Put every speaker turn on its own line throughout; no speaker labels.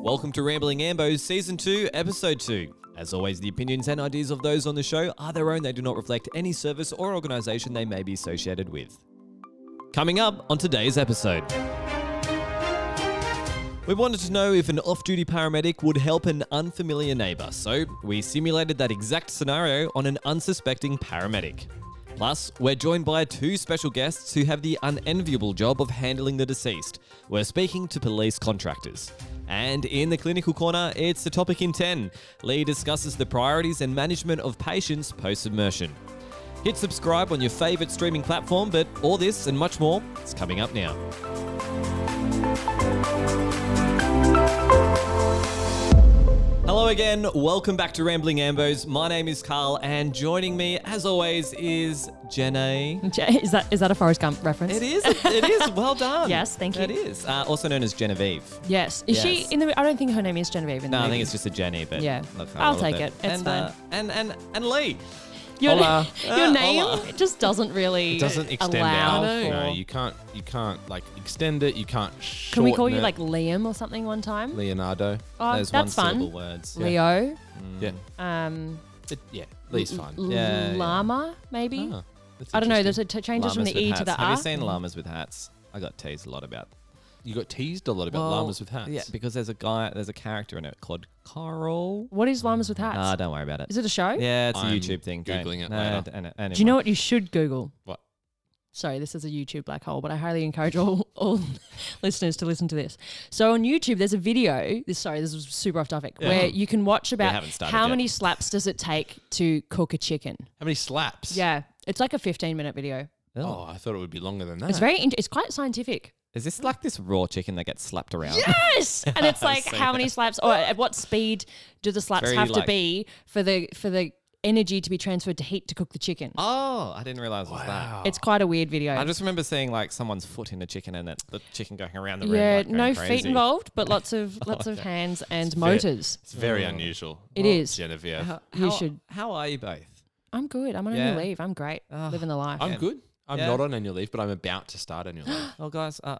Welcome to Rambling Ambos Season 2, Episode 2. As always, the opinions and ideas of those on the show are their own. They do not reflect any service or organization they may be associated with. Coming up on today's episode. We wanted to know if an off duty paramedic would help an unfamiliar neighbour, so we simulated that exact scenario on an unsuspecting paramedic. Plus, we're joined by two special guests who have the unenviable job of handling the deceased. We're speaking to police contractors. And in the clinical corner, it's the topic in 10. Lee discusses the priorities and management of patients post submersion. Hit subscribe on your favourite streaming platform, but all this and much more is coming up now. Hello again, welcome back to Rambling Ambos. My name is Carl, and joining me, as always, is Jenna.
J- Is that is that a Forrest Gump reference?
It is, it is, well done.
Yes, thank you.
It is, uh, also known as Genevieve.
Yes. Is
Yes.
she in the? I don't think her name is Genevieve. In the
No, I
movie.
think it's just a Jenny, but
Yeah.
look, I
I'll
roll
take
with
it. It's
and, uh, and and and Lee.
your,
Hola.
your
Ah,
name
hola.
it just doesn't really
It doesn't extend
allow
out.
for-
No, you can't. You can't like extend it. You can't.
Can we call
shorten
you
it.
like Liam or something one time?
Leonardo?
Oh,
Those
that's
one
fun.
syllable words.
Leo,
Yeah,
um,
it, yeah. Lee's fine.
l-
Mm. Yeah, yeah.
llama, maybe.
Ah, that's
I don't know. There's
interesting.
a t- changes from
Llamas
the
with
E
hats.
to the
Have
R.
you seen llamas with hats? I got teased a lot about.
you got teased a lot about llamas with hats.
Yeah, because there's a guy, there's a character in it called Carl.
What is llamas with hats?
Ah, don't worry about it.
is it a show?
Yeah, it's a
I'm
YouTube thing. Don't-
Googling it
no, d-
later.
an- anyway.
Do you know what you should Google?
What?
Sorry, this is a YouTube black hole, but I highly encourage all, all listeners to listen to this. So on YouTube, there's a video. This sorry, this was super off topic.
Yeah.
Where you can watch about
haven't started
how
yet.
many slaps does it take to cook a chicken?
How many slaps?
Yeah, it's like a 15 minute video.
Oh, I thought it would be longer than that.
It's very, in- it's quite scientific.
Is this like this raw chicken that gets slapped around?
Yes, and it's like
seen
how many slaps or at what speed do the slaps
Very
have to
like-
be for the for the energy to be transferred to heat to cook the chicken?
Oh, I didn't realize it was that.
It's quite a weird video.
I just remember seeing like someone's foot in a chicken and it, the chicken going around the room.
yeah,
like, going
no feet
crazy.
involved, but lots of lots of hands and motors.
It's very unusual.
It is. Oh,
Genevieve.
How,
You should-
How are you both?
I'm good. I'm on
Yeah.
annual leave. I'm great. Living the life.
I'm good. I'm
Yeah.
not on annual leave, but I'm about to start annual leave.
Well, guys, uh,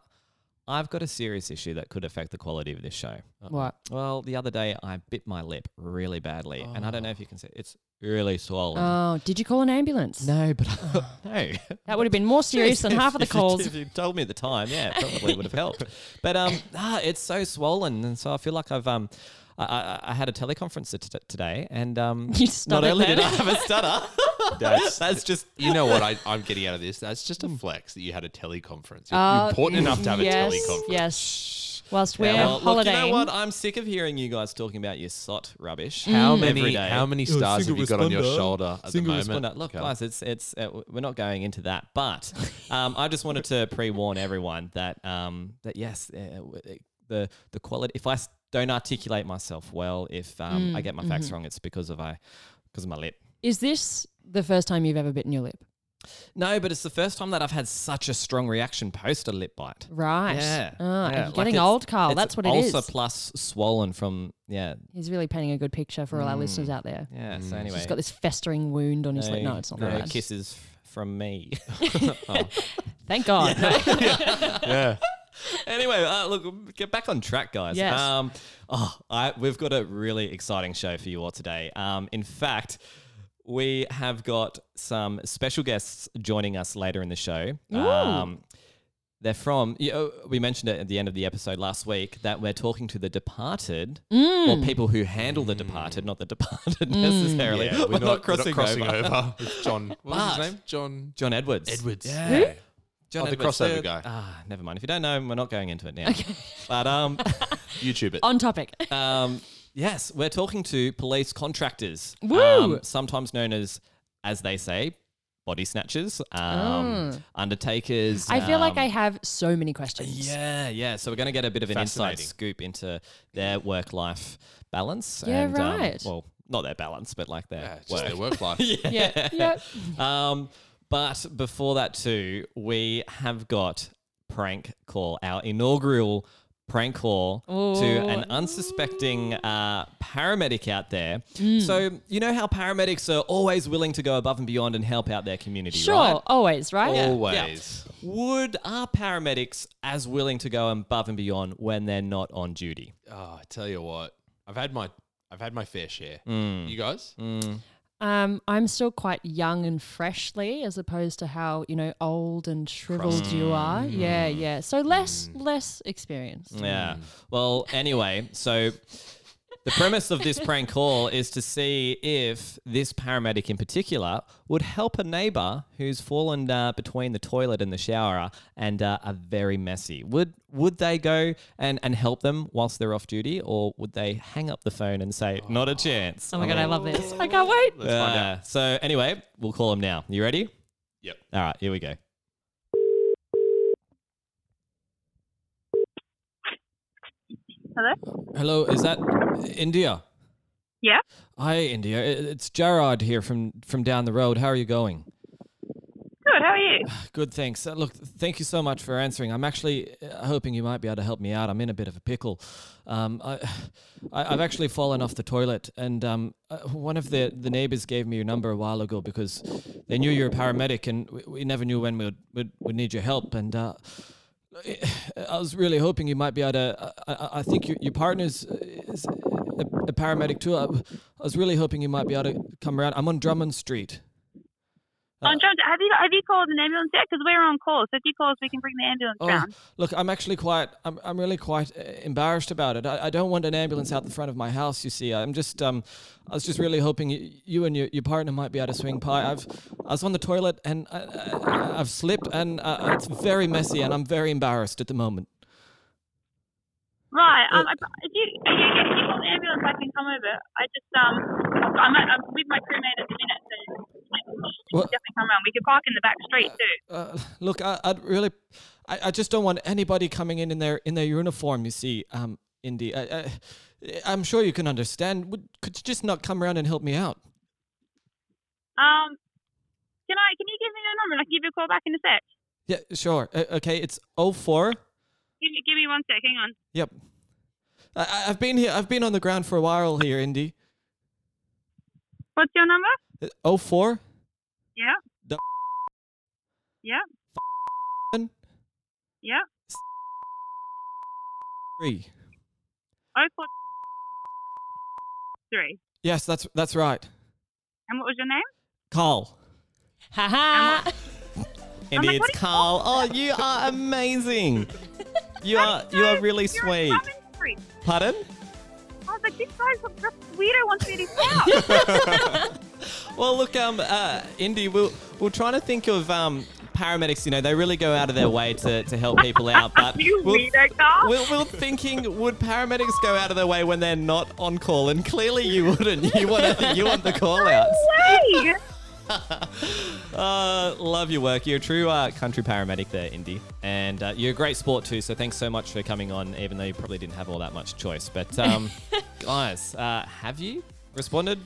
I've got a serious issue that could affect the quality of this show. Uh,
what?
Well, the other day I bit my lip really badly, and I don't know if you can see it's really swollen.
Oh, did you call an ambulance?
no, but no.
That would have been more serious than half of the
If you-
calls.
If you told me at the time, yeah, it probably would have helped. But um, ah, it's so swollen, and so I feel like I've um, I, I, I had a teleconference t- t- today, and um,
You
not
stuttered
only
then.
did I have a stutter,
That's-
that's just
You know what I, I'm getting out of this? That's just a flex that you had a teleconference. You're
Uh,
important enough to have
yes,
a teleconference.
Yes. Whilst we're
Yeah, well, look, you
holidaying. Mm.
know what? I'm sick of hearing you guys talking about your sot rubbish.
How
Every
many
day.
how many stars have
single
you got on your
responder,
shoulder at
Single
the moment?
responder. Look,
Carl?
guys, it's it's uh, we're not going into that, but um, I just wanted to pre-warn everyone that um, that yes, uh, w- uh, the the quality. If I s- don't articulate myself well, if um,
Mm,
I get my facts
mm-hmm.
wrong, it's because of I because of my lip.
Is this the first time you've ever bitten your lip?
No, but it's the first time that I've had such a strong reaction post a lip bite.
Right.
Yeah,
Ah,
yeah,
You're
like
getting
it's-
old, Carl.
It's
That's what it is.
Ulcer plus swollen from yeah
He's really painting a good picture for all
Mm.
our listeners out there.
yeah. So anyway,
He's got this festering wound on his lip. No, it's not that bad.
kisses from me.
Thank God. No.
yeah.
anyway, uh, look, get back on track, guys.
Yes.
Um, oh, I, we've got a really exciting show for you all today. Um, in fact, we have got some special guests joining us later in the show. Um, they're from, you know, we mentioned it at the end of the episode last week that we're talking to the departed or people who handle the departed, not the departed necessarily.
Yeah, we're, not, crossing, over. with John. What
But-
was his name? John
John Edwards.
Edwards.
Yeah. John
Oh, the
Edwards,
crossover
the-
guy.
Ah, never mind. If you don't know him, we're not going into it now. But um,
YouTube it.
On topic.
um, yes, we're talking to police contractors,
Woo!
um, sometimes known as, as they say, body snatchers, um, undertakers.
Oh. I feel like
um,
I have so many questions.
Yeah, yeah. So we're going to get a bit of an inside
Fascinating.
scoop into their work-life balance.
Yeah,
and, um,
right.
well, not their balance, but like their
Yeah, just
work.
their work life.
Yeah. yeah.
Um, but before that, too, we have got Prank Call, our inaugural prank call to an unsuspecting uh, paramedic out there. So, you know how paramedics are always willing to go above and beyond and help out their community,
Sure,
right?
always, right?
Yeah,
Always.
yeah. Would are paramedics as willing to go above and beyond when they're not on duty?
Oh, I tell you what, I've had my I've had my fair share. You guys,
Oh Um, I'm still quite young and freshly, as opposed to how you know old and shriveled you are.
Mm.
Yeah, yeah. So less, less experience.
Yeah. Well, anyway, so the premise of this prank call is to see if this paramedic in particular would help a neighbor who's fallen uh, between the toilet and the shower and uh, are very messy. Would would they go and, and help them whilst they're off duty, or would they hang up the phone and say, "Not a chance"?
Oh my god, I love this. I can't wait.
let's find out.
Uh, so anyway, we'll call him now. You ready?
Yep.
All right, here we go.
Hello?
Hello, is that India?
Yeah.
Hi, India. I- It's Gerard here from from down the road. How are you going?
Good. How are you?
Good, thanks. Uh, look, thank you so much for answering. I'm actually uh, hoping you might be able to help me out. I'm in a bit of a pickle. Um, I, I, I've actually fallen off the toilet, and um, uh, one of the, the neighbors gave me your number a while ago because they knew you were a paramedic, and we, we never knew when we would, would, would need your help. And uh, I was really hoping you might be able to. uh, I, I, I think your, your partner's uh, is a, a paramedic too. I, I was really hoping you might be able to come around. I'm on Drummond Street. Oh.
I'm trying to, have you have you called an ambulance yet? Because we're on call, so if you call us, we can bring the ambulance
Oh,
down.
look, I'm actually quite, I'm, I'm really quite uh, embarrassed about it. I, I don't want an ambulance out the front of my house, you see. I'm just, um, I was just really hoping you, you and your, your partner might be able to swing by. I've, I was on the toilet and I, I, I've slipped and uh, it's very messy and I'm very embarrassed at the moment.
Right. Um,
Uh,
I, if you if you, if you call the ambulance, I can come over. I just um, I'm, at- I'm with my crewmate at the minute, so I can
What?
definitely come around. We could park in the back street too.
Uh, look, I, I'd really, I, I just don't want anybody coming in in their, in their uniform, you see, um, Indy. I, I, I'm sure you can understand. Would, could you just not come around and help me out?
Um, can I? Can you give me your number? and I can give you a call back in a sec.
Yeah, sure. Uh, okay, it's 04.
Give me give me one sec. Hang on.
Yep. I- I, I've been here. I've been on the ground for a while here, Indy.
What's your number?
Uh, Oh four.
Yeah.
The
Yeah.
F***ing.
Yeah.
Three.
Oh four three.
Yes, that's that's right.
And what was your name?
Carl.
Ha ha.
Indy,
like,
it's
what are you
Carl. Oh, you are amazing. You are you are really
You're on
sweet.
Drummond Street.
Pardon?
I was like, this guy's a weirdo wants me to stop.
Well, look, um, uh, Indy, we'll, we're trying to think of um, paramedics. You know, they really go out of their way to, to help people out. But
you
we'll-
weirdo, Carl.
We're, we're thinking, would paramedics go out of their way when they're not on call? And clearly, you wouldn't. You want to, you want the call outs.
Hey!
Uh, love your work. You're a true uh, country paramedic there, Indy, and uh, you're a great sport too. So thanks so much for coming on, even though you probably didn't have all that much choice. But um, guys, uh, have you responded?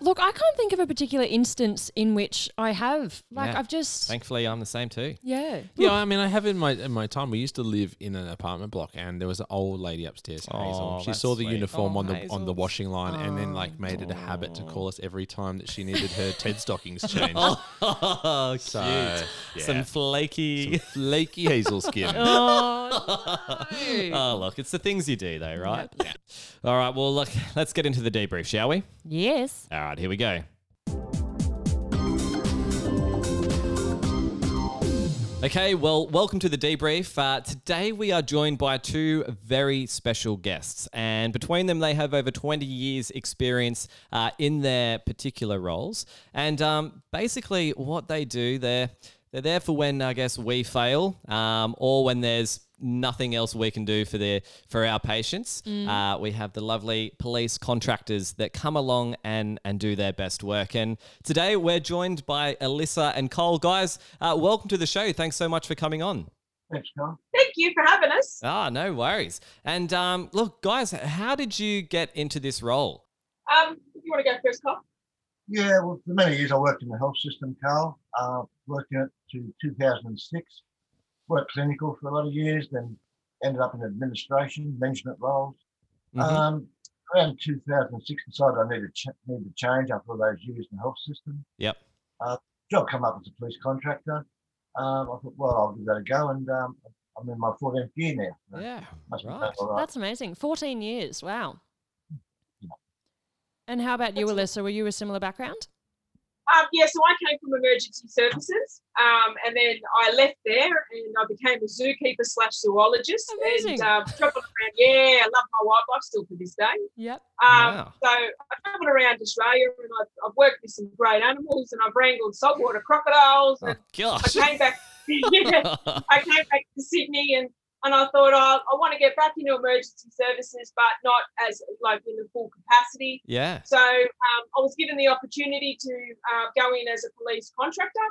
Look, I can't think of a particular instance in which I have. Like,
Yeah.
I've just.
Thankfully, I'm the same too.
yeah.
Yeah, I mean, I have in my in my time. We used to live in an apartment block, and there was an old lady upstairs, Hazel.
Oh,
She
that's
saw the
sweet.
uniform
Oh,
on the on the
Hazel's.
washing line, and then like made it a habit to call us every time that she needed her Ted stockings changed.
Oh,
so yeah.
Some flaky.
flaky hazel skin.
Oh,
Oh, look, it's the things you do, though, right? All right, well, look, let's get into the debrief, shall we?
yes.
All right, here we go. Okay, well, welcome to the debrief. Uh, today we are joined by two very special guests, and between them, they have over 20 years' experience uh, in their particular roles. And um, basically, what they do, they're they're there for when I guess we fail, um, or when there's nothing else we can do for their for our patients.
Mm.
Uh, we have the lovely police contractors that come along and and do their best work. And today we're joined by Alyssa and Cole. Guys, uh, welcome to the show. Thanks so much for coming on.
Thanks, Carl.
Thank you for having us.
Ah, no worries. And um, look, guys, how did you get into this role?
Um, if you want to go first, Carl?
Yeah, well, for many years I worked in the health system, Carl. Uh, worked in it to 2006. Worked clinical for a lot of years, then ended up in administration, management roles.
Mhm.
Um, around 2006, decided I needed ch- needed to change after all those years in the health system.
Yep.
Uh, job come up as a police contractor. Um, I thought, well, I'll give that a go, and um, I'm in my 14th year now. so
Yeah.
must be going
right.
all right.
That's amazing. 14 years. Wow.
Yeah.
And how about you,
That's-
Alyssa? Were you a similar background?
Um, yeah, so I came from emergency services, um, and then I left there and I became a zookeeper slash zoologist.
Amazing.
And um, traveled around. Yeah, I love my wildlife still to this day.
Yep.
Um,
Wow.
So I've travelled around Australia and I've, I've worked with some great animals and I've wrangled saltwater crocodiles.
Oh,
And I
gosh.
came back. yeah, I came back to Sydney and and I thought oh, I want to get back into emergency services, but not as like in the full capacity.
yeah.
So um, I was given the opportunity to uh, go in as a police contractor.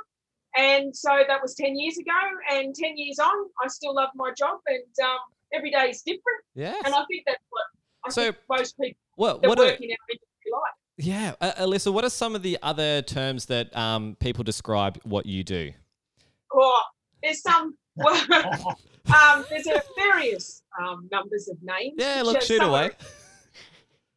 And so that was 10 years ago. And 10 years on, I still love my job. And um, every day is different.
Yeah.
And I think that's what I
So,
think most people
What,
that
what are,
work in our industry like.
yeah. Uh, Alyssa, what are some of the other terms that um, people describe what you do?
Or oh, there's some, um, there's a various um, numbers of names.
Yeah,
which
look,
are-
shoot
some are-
away.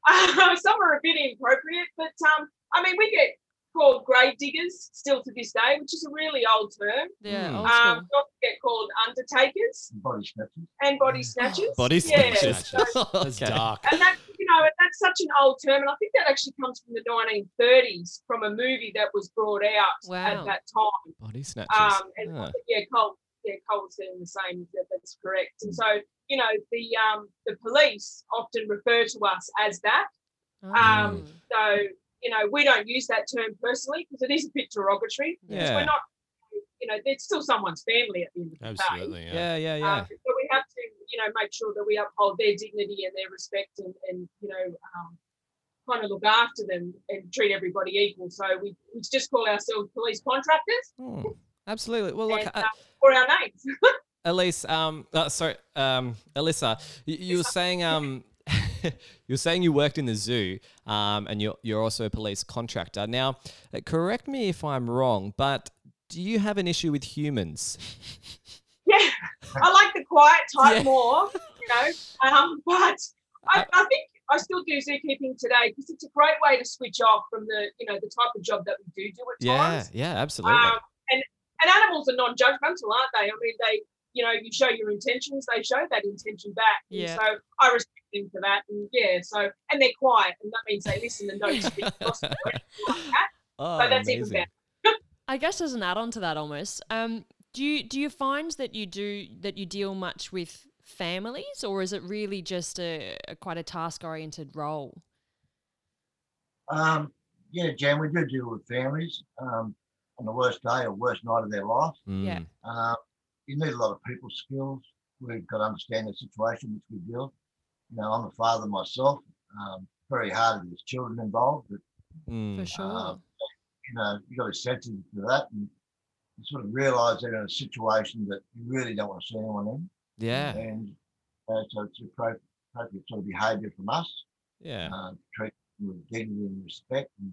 some are a bit inappropriate, but um, I mean, we get called grave diggers still to this day, which is a really old term.
Yeah.
Hmm.
old
Um,
school.
we also get called undertakers
Body snatchers.
and body snatchers.
Body
Yeah.
snatchers.
That's
Okay.
dark.
And that, you know, and that's such an old term, and I think that actually comes from the 1930s from a movie that was brought out
Wow.
at that time.
Body snatchers.
Um, and
Ah.
yeah, Cole, yeah, Cole's saying the same. That, that's correct. And so, you know, the um, the police often refer to us as that.
Hmm.
um,
Oh,
So, you know, we don't use that term personally because it is a bit derogatory. 'cause
Yeah.
We're not, you know, it's still someone's family at the end of the day.
Absolutely. Yeah.
yeah, yeah, yeah.
Um, so we have to, you know, make sure that we uphold their dignity and their respect, and, and you know, um, kind of look after them and treat everybody equal. So we, we just call ourselves police contractors
Hmm. Absolutely. Well, look,
um, and,
uh,
um, for our names.
Elise, um, uh, sorry, um, Alyssa, you, you were saying, um, you were saying you worked in the zoo, um, and you're you're also a police contractor. Now, uh, correct me if I'm wrong, but do you have an issue with humans?
yeah, I like the quiet type
Yeah. Uh,
more, you know. Um, but I, I think I still do zookeeping today because it's a great way to switch off from the, you know, the type of job that we do do at
Yeah,
times.
yeah, absolutely.
Um, and and animals are non-judgmental, aren't they? I mean, they, you know, you show your intentions, they show that intention back. And
Yeah.
So I respect them for that, and yeah. So and they're quiet, and that means they listen and don't speak. gossip or anything like that.
oh,
but that's even
amazing.
better.
I guess as an add-on to that, almost. Um, do you do you find that you do that you deal much with families, or is it really just a, a quite a task-oriented role?
Um, yeah, Jan, we do deal with families um, on the worst day or worst night of their life.
Yeah.
Mm.
Uh, you need a lot of people skills. We've got to understand the situation which we deal. You know, I'm a father myself. Um, very hard with children involved, but
Mm.
For sure.
you know, you got to be sensitive to that and you sort of realise they're in a situation that you really don't want to see anyone in.
Yeah,
And uh, so it's appro- appropriate sort of behaviour from us.
yeah,
uh, treat them with dignity and respect and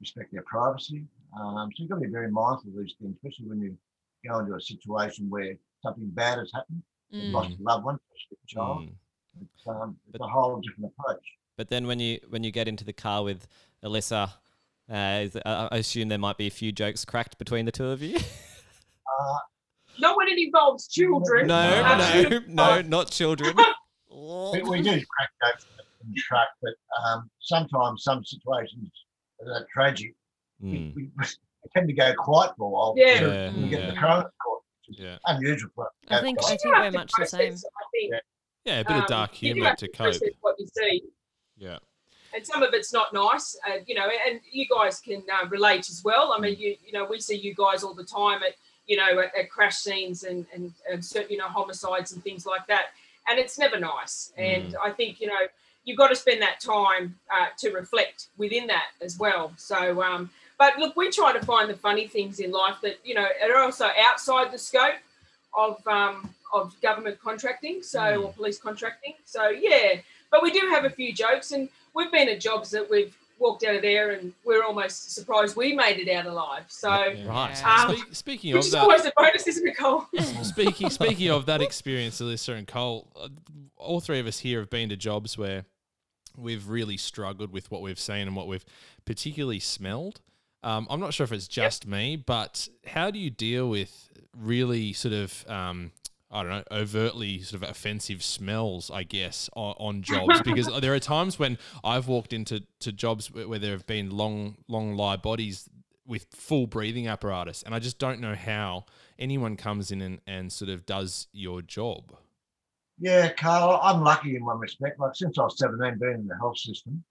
respect their privacy. Um, so you've got to be very mindful of these things, especially when you go into a situation where something bad has happened, you've
Mm.
lost a loved one, especially a child.
Mm.
It's, um, it's
But-
a whole different approach.
But then when you when you get into the car with Alyssa, uh, is- I I assume there might be a few jokes cracked between the two of you.
Uh,
Not when it involves children.
No,
Um,
no, no, not children.
we, we do crack jokes in the truck, but um, sometimes some situations that are tragic, we,
Mm.
we, we tend to go quiet for a while.
Yeah.
till
Yeah.
We
Mm.
get the
Yeah.
current court, which is
Yeah.
unusual for us. to
I
go
think
quiet.
I
You do
think we're
have to
much the same.
process, I think.
Yeah.
Yeah. A bit of
Um,
dark
you do
humor
have
to cope.
process What you see,
Yeah.
and some of it's not nice, uh, you know. And you guys can uh, relate as well. I
Mm.
mean, you you know, we see you guys all the time at you know at, at crash scenes and and, and certain, you know homicides and things like that, and it's never nice.
Mm.
And I think you know you've got to spend that time uh, to reflect within that as well. So. Um, but look, we try to find the funny things in life that you know are also outside the scope of um, of government contracting, so
Hmm.
or police contracting. So yeah, but we do have a few jokes, and we've been at jobs that we've walked out of there and we're almost surprised we made it out alive. So,
Yeah.
Right.
Um,
Speak- speaking
which
of
is
that,
always a bonus, isn't it, Cole?
speaking speaking of that experience, Alyssa and Cole, uh, all three of us here have been to jobs where we've really struggled with what we've seen and what we've particularly smelled. Um, I'm not sure if it's just me, but how do you deal with really sort of um, I don't know overtly sort of offensive smells? I guess on, on jobs because there are times when I've walked into to jobs where, where there have been long long lie bodies with full breathing apparatus, and I just don't know how anyone comes in and, and sort of does your job.
Yeah, Carl, I'm lucky in one respect. Like since I was 17, being in the health system,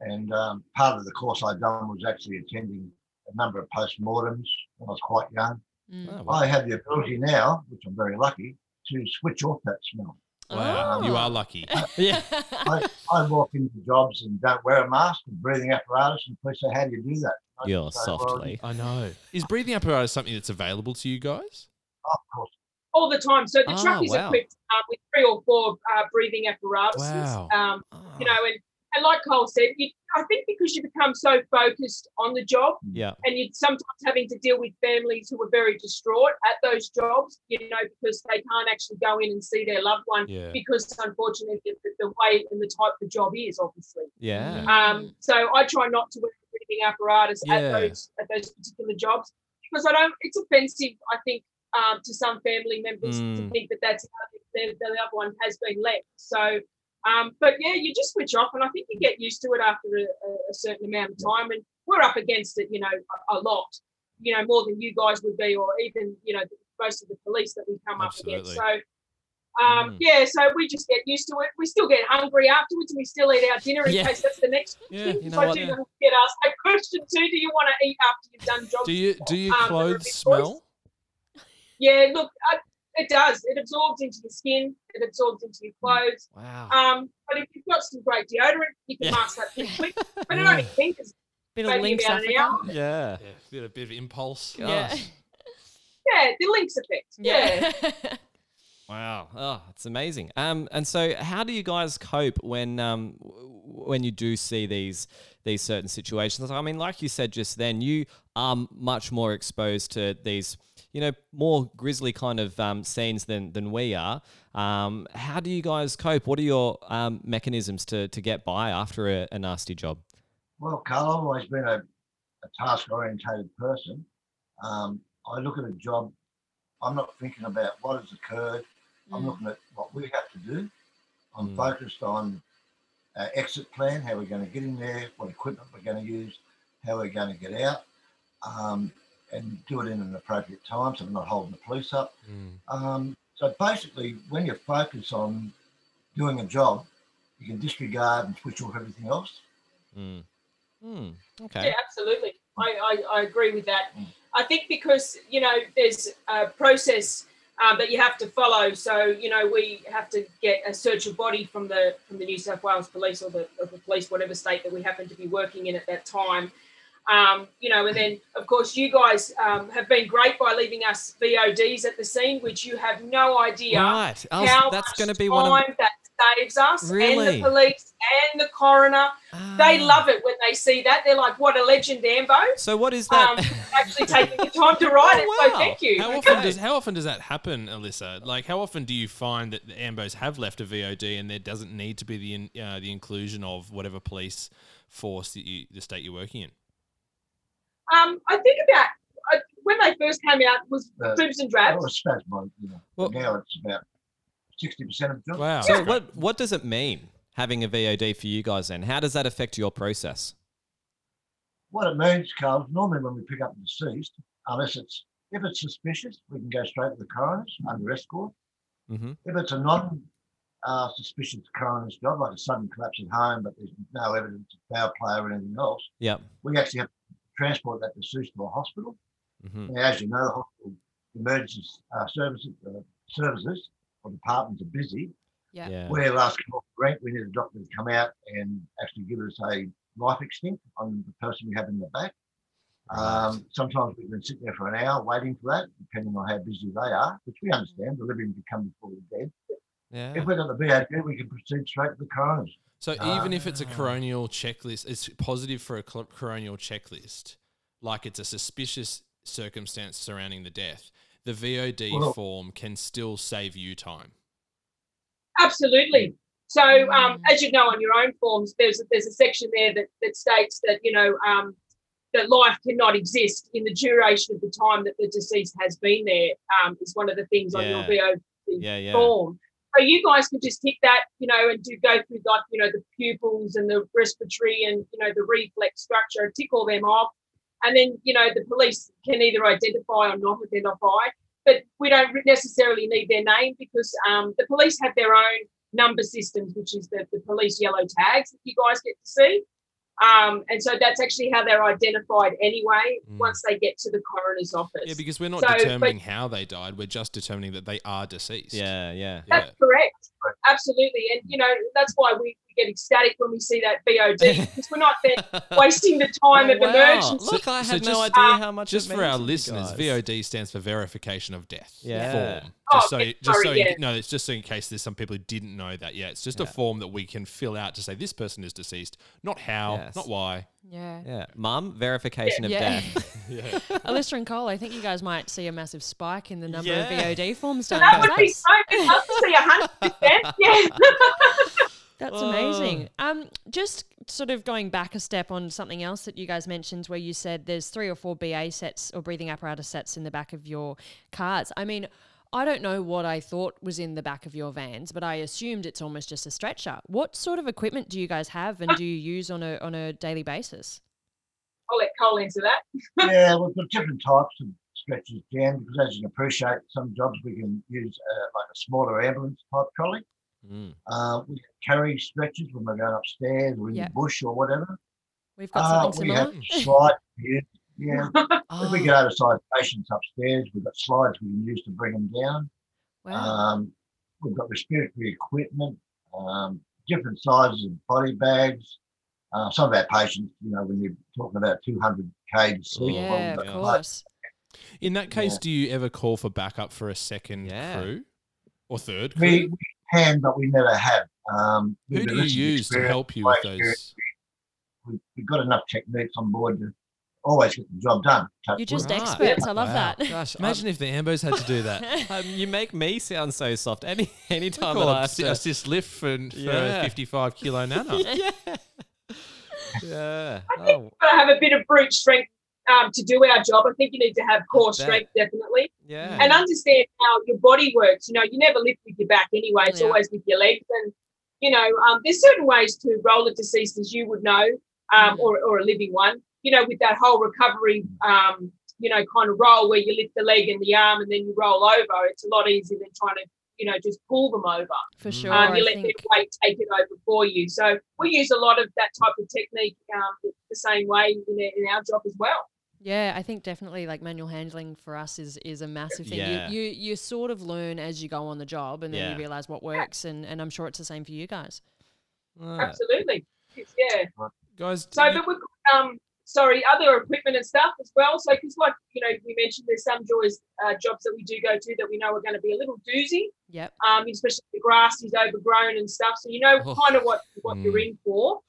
and um, part of the course I'd done was actually attending a number of postmortems when I was quite young.
Mm.
Oh,
I have the ability now, which I'm very lucky, to switch off that smell.
Wow, you
Oh.
are lucky.
Yeah.
I, I walk into jobs and don't wear a mask and breathing apparatus, and police say, "How do you do that?" I
You're
say, "Well,
softly.
I know. Is breathing apparatus something that's available to you guys?
Of course,
All the time. So the
Ah,
truckies
wow.
are equipped uh, with three or four uh, breathing apparatuses.
Wow.
Um, you know, and, and like Cole said, you, I think because you become so focused on the job
Yeah.
and you're sometimes having to deal with families who are very distraught at those jobs, you know, because they can't actually go in and see their loved one
Yeah.
because unfortunately the, the way and the type the job is, obviously.
Yeah.
Um, so I try not to wear breathing apparatus at
Yeah.
those at those particular jobs because I don't. It's offensive, I think, um, to some family members to
Mm.
think that that's how their, their loved one has been left. So, um, but yeah, you just switch off, and I think you get used to it after a, a, a certain amount of time. And we're up against it, you know, a, a lot, you know, more than you guys would be, or even you know, most of the police that we come
Absolutely.
up against. So. Um,
Mm.
Yeah, so we just get used to it. We still get hungry afterwards, and we still eat our dinner in
Yeah.
case that's the next
Yeah.
you know
I
what?
do know, get asked that question too. Do you want to eat after you've done jobs?
Do you do your
Um, the
clothes
reviews.
smell?
yeah, look, I, it does. It absorbs into your skin. It absorbs into your clothes.
Wow.
Um, but if you've got some great deodorant, you can
Yeah.
mask that pretty quick. But it
Yeah.
only fingers.
Bit
Maybe
of links
about an
Africa.
hour.
Yeah.
Yeah, a bit, a bit of impulse.
Yeah.
Gosh.
Yeah, the links effect. Yeah.
Yeah.
Wow. Oh, it's amazing. Um, and so how do you guys cope when um w- when you do see these these certain situations? I mean, like you said just then, you are much more exposed to these, you know, more grisly kind of um, scenes than than we are. Um, how do you guys cope? What are your um, mechanisms to to get by after a, a nasty job?
Well, Carl, I've always been a, a task orientated person. Um, I look at a job, I'm not thinking about what has occurred, I'm
Mm.
looking at what we have to do. I'm
Mm.
focused on our exit plan, how we're going to get in there, what equipment we're going to use, how we're going to get out, um, and do it in an appropriate time so we're not holding the police up.
Mm.
Um, so basically, when you focus on doing a job, you can disregard and switch off everything else.
Hmm.
Mm. Mm.
Yeah,
Okay. Hmm.
absolutely. I, I, I agree with that. I think because, you know, there's a process um, that you have to follow. So, you know, we have to get a search of body from the from the New South Wales police or the, or the police, whatever state that we happen to be working in at that time. Um, you know, and then of course you guys um, have been great by leaving us VODs at the scene, which you have no idea
Right. Oh,
how
that's
much
going to be
time
one of
that saves us
Really?
and the police and the coroner. They
Ah.
love it when they see that. They're like, "What a legend, Ambo!"
So what is that?
Um, actually taking the time to write
Oh,
it.
wow.
So thank you.
How often does how often does that happen, Alyssa? Like, how often do you find that the Ambos have left a VOD and there doesn't need to be the in, uh, the inclusion of whatever police force that you the state you're working in?
Um, I think about uh, when they first came out was
Uh,
boobs and
That
drabs.
was spasmodic, you know.
Well-
now it's about 60% of jobs.
Wow.
So what what does it mean having a VOD for you guys then? How does that affect your process?
What it means, Carl, is normally when we pick up a deceased, unless it's if it's suspicious, we can go straight to the coroner's under escort.
Mm-hmm.
If it's a non uh, suspicious coroner's job, like a sudden collapse at home, but there's no evidence of foul play or anything else,
Yeah.
we actually have to transport that deceased to a hospital.
Mm-hmm.
Now, as you know, the hospital emergency uh, services, uh, services or departments are busy.
Yeah.
Yeah.
Where last come off the rank, we need a doctor to come out and actually give us a life extent on the person we have in the back. Um, sometimes we can sit there for an hour waiting for that, depending on how busy they are, which we understand. The living can come before the dead.
Yeah.
If we've got the VAD, we can proceed straight to the coroners.
So even if it's a coronial checklist, it's positive for a cl- coronial checklist, like it's a suspicious circumstance surrounding the death. The VOD
Well-
form can still save you time.
Absolutely. So, um,
Mm.
as you know on your own forms, there's there's a section there that, that states that you know um, that life cannot exist in the duration of the time that the deceased has been there. Um, is one of the things on your
Yeah.
VO
Yeah, yeah.
form. So you guys can just hit that, you know, and do go through like you know the pupils and the respiratory and you know the reflex structure, tick all them off, and then you know the police can either identify or not identify. But we don't re- necessarily need their name because um, the police have their own number systems, which is the, the police yellow tags that you guys get to see. Um, and so that's actually how they're identified anyway
Mm.
once they get to the coroner's office.
Yeah, because we're not
So, but-
determining how they died. We're just determining that they are deceased.
Yeah, yeah.
Yeah.
That's correct. Absolutely. And, you know, that's why we get ecstatic when we see that VOD because we're not there wasting the time of
wow.
emergency.
Look, I
So-
had
so
no
just-
idea how much.
Just
it
for
means
our
to you
listeners,
guys.
VOD stands for verification of death
Yeah.
form.
Oh,
Just so,
okay,
just so
sorry,
you-
yeah.
no, it's just so in case there's some people who didn't know that. Yeah, it's just a
Yeah.
form that we can fill out to say this person is deceased, not how,
Yes.
not why.
Yeah.
Yeah, mum, verification of
Yeah.
death.
Yeah.
Alyssa and Cole, I think you guys might see a massive spike in the number
Yeah.
of VOD forms
So
done.
that would be
That's,
so good. Love to see a hundred percent. Yeah.
that's
Oh.
amazing. Um, just sort of going back a step on something else that you guys mentioned, where you said there's three or four BA sets or breathing apparatus sets in the back of your cars. I mean, I don't know what I thought was in the back of your vans, but I assumed it's almost just a stretcher. What sort of equipment do you guys have and do you use on a on a daily basis?
I'll let Cole answer that.
yeah, we've got different types of stretchers down because, as you can appreciate, some jobs we can use uh, like a smaller ambulance type trolley.
Hmm.
Mm.
Uh, we carry stretchers when we're going upstairs or in
Yeah.
the bush or whatever.
We've got
Uh,
something
we have
similar.
slide. Yeah, yeah. If we
Oh,
go to side patients upstairs, we've got slides we can use to bring them down.
Oh, wow.
Um, we've got respiratory equipment, um, different sizes of body bags. Uh, some of our patients, you know, when you're talking about 200 kg sleep,
yeah, of
yeah.
course.
In that case,
Yeah.
do you ever call for backup for a second
Yeah.
crew or third crew?
we, we can, but we never have. Um, we've
Who
been
do you
listening to
use to
experience.
help you with
my
those?
We've, we've got enough techniques on board to always get the job done. touch
You're just
Right.
experts. I love
Wow.
that.
Gosh,
Imagine if the Ambos had to do that.
um, you make me sound so soft. Any any
We
time that
call
I
it
have
assi-
to,
assist lift for, for
Yeah.
a 55 kilo nana.
yeah, yeah. Oh,
But I have a bit of brute strength um, to do our job. I think you need to have core
bet.
strength definitely.
Mm.
yeah.
And understand how your body works. You know, you never lift with your back anyway, it's
Yeah.
always with your legs. And you know, um, there's certain ways to roll a deceased as you would know, um,
Mhm.
or, or a living one, you know, with that whole recovery um, you know, kind of roll where you lift the leg and the arm and then you roll over. It's a lot easier than trying to, you know, just pull them over.
For
Mm.
sure.
um,
I
you let their
think.
weight take it over for you. So we use a lot of that type of technique um, the same way in, our- in our job as well.
Yeah, I think definitely like manual handling for us is is a massive thing.
Yeah.
You, you you sort of learn as you go on the job and then
Yeah.
you realize what works and, and I'm sure it's the same for you guys.
Ah,
Absolutely. It's- yeah.
Guys,
So,
you-
but we've got, um, sorry, other equipment and stuff as well. So, because like, you know, we mentioned there's some joys, uh, jobs that we do go to that we know are going to be a little doozy,
Yep.
um, especially if the grass is overgrown and stuff. So, you know,
Oh.
kind of what, what you're
Mm.
in for.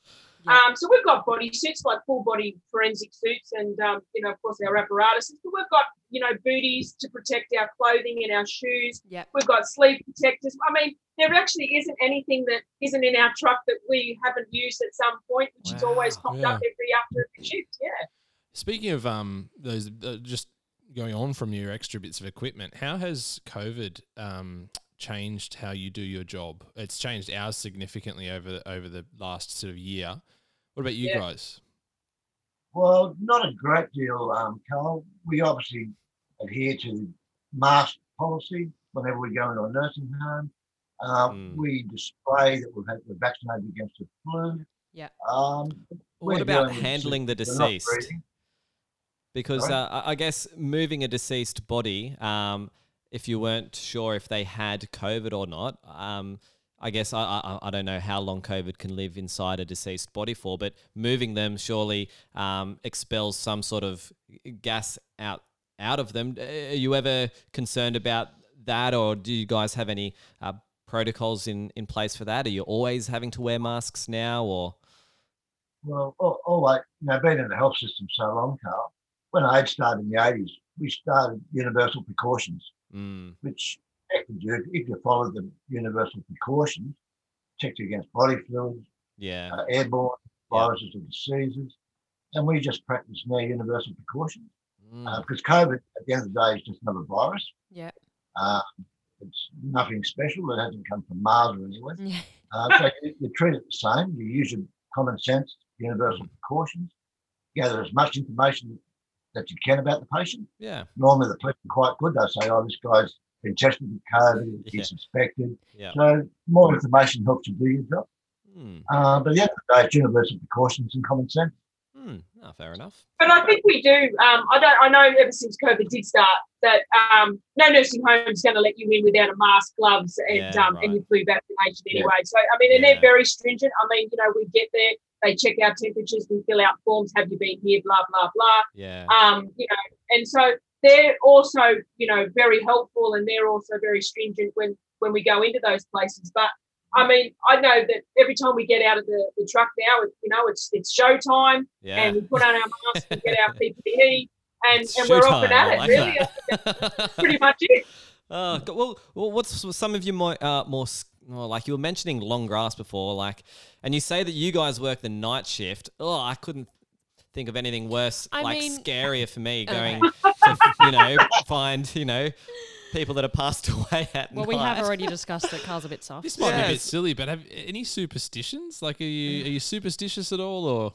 Yeah.
Um, so we've got body suits, like full body forensic suits, and um, you know, of course, our apparatus. But we've got you know booties to protect our clothing and our shoes.
Yep.
We've got sleeve protectors. I mean, there actually isn't anything that isn't in our truck that we haven't used at some point, which is always
Wow,
popped up every after every shift. Yeah.
Speaking of um, those uh, just going on from your extra bits of equipment, how has COVID um, changed how you do your job? It's changed ours significantly over the, over the last sort of year. What about you
Yeah.
guys?
Well, not a great deal, um, Carl. We obviously adhere to mask policy whenever we go into a nursing home. Um,
Mm.
We display that we've had, we're vaccinated against the flu.
Yeah.
Um,
What
we're
about
dealing with
handling the
symptoms. We're not
deceased?
breathing.
Because
Sorry?
uh, I- I guess moving a deceased body, um, if you weren't sure if they had COVID or not, um, I guess I, I I- I don't know how long COVID can live inside a deceased body for, but moving them surely um, expels some sort of gas out out of them. Are you ever concerned about that, or do you guys have any uh, protocols in, in place for that? Are you always having to wear masks now or?
Well, all, all like, you know, being in the health system so long, Carl, when I had started in the 80s, we started universal precautions,
Mm,
which actually, do- if you follow the universal precautions, protect you against body fluids,
yeah.
uh, airborne
Yeah.
viruses and diseases. And we just practice now universal precautions uh,
Mm,
because COVID, at the end of the day, is just another virus.
Yeah.
Uh, it's nothing special. It hasn't come from Mars or anywhere.
Yeah.
Uh, so you, you treat it the same. You use your common sense, universal precautions, gather as much information that you can about the patient.
yeah.
Normally, the police are quite good. They'll say, oh, this guy's been tested with COVID,
Yeah.
he's suspected.
Yeah.
So, more information helps you do your job.
Mm,
Uh, but at the end of the day, it's universal precautions and common sense.
mm, no, fair enough.
But I think we do. Um, I don't. I know ever since COVID did start that um, no nursing home is going to let you in without a mask, gloves, and
Yeah,
um,
right.
and your flu vaccination
Yeah.
anyway. So I mean, and
Yeah.
they're very stringent. I mean, you know, we get there, they check our temperatures, we fill out forms. Have you been here? Blah blah blah.
Yeah.
um, you know, and so they're also, you know, very helpful and they're also very stringent when when we go into those places. But I mean, I know that every time we get out of the, the truck now, it, you know, it's it's showtime
Yeah.
and we put on our masks, we get our PPE, and,
It's
and we're off
showtime,
and
I
at it.
like
really,
that.
that's pretty much it.
Oh, go- well, well, what's s- some of your more, uh, more s- well, like you were mentioning long grass before, like, and you say that you guys work the night shift. Oh, I couldn't think of anything worse,
I
like
mean-
scarier for me
Okay.
going to, you know, find, you know, people that have passed away at
Well,
night.
we have already discussed that Carl's a bit soft.
This might be a bit
Yes.
silly, but have any superstitions? Like, are you are you superstitious at all, or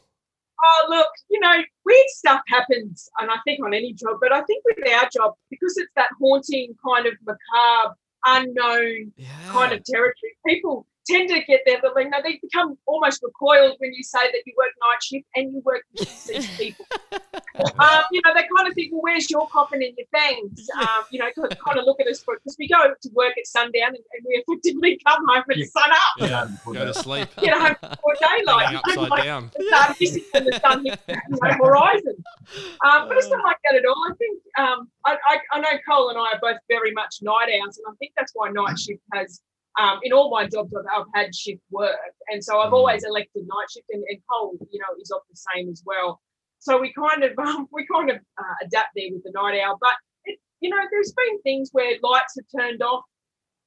oh look, you know, weird stuff happens, and I think on any job, but I think with our job because it's that haunting kind of macabre, unknown
Yeah.
kind of territory. People tend to get their little, you know, they become almost recoiled when you say that you work night shift and you work with these people. um, you know, they kind of think, well, where's your coffin and your fangs? Um, you know, kind of- kind of look at us because we go to work at sundown and, and we effectively come home at
Yeah.
sun up,
yeah,
Um, for
go to
the-
sleep,
get home before
hanging
daylight. You know,
Oh, upside
like,
down?
start missing when the sun hits the you know, horizon. Um, but it's not like that at all. I think um, I, I, I know Cole and I are both very much night owls, and I think that's why night shift has. Um, in all my jobs, I've, I've had shift work, and so I've
Mm.
always elected night shift. And, and Cole, you know, is of the same as well. So we kind of um, we kind of uh, adapt there with the night owl. But it, you know, there's been things where lights are turned off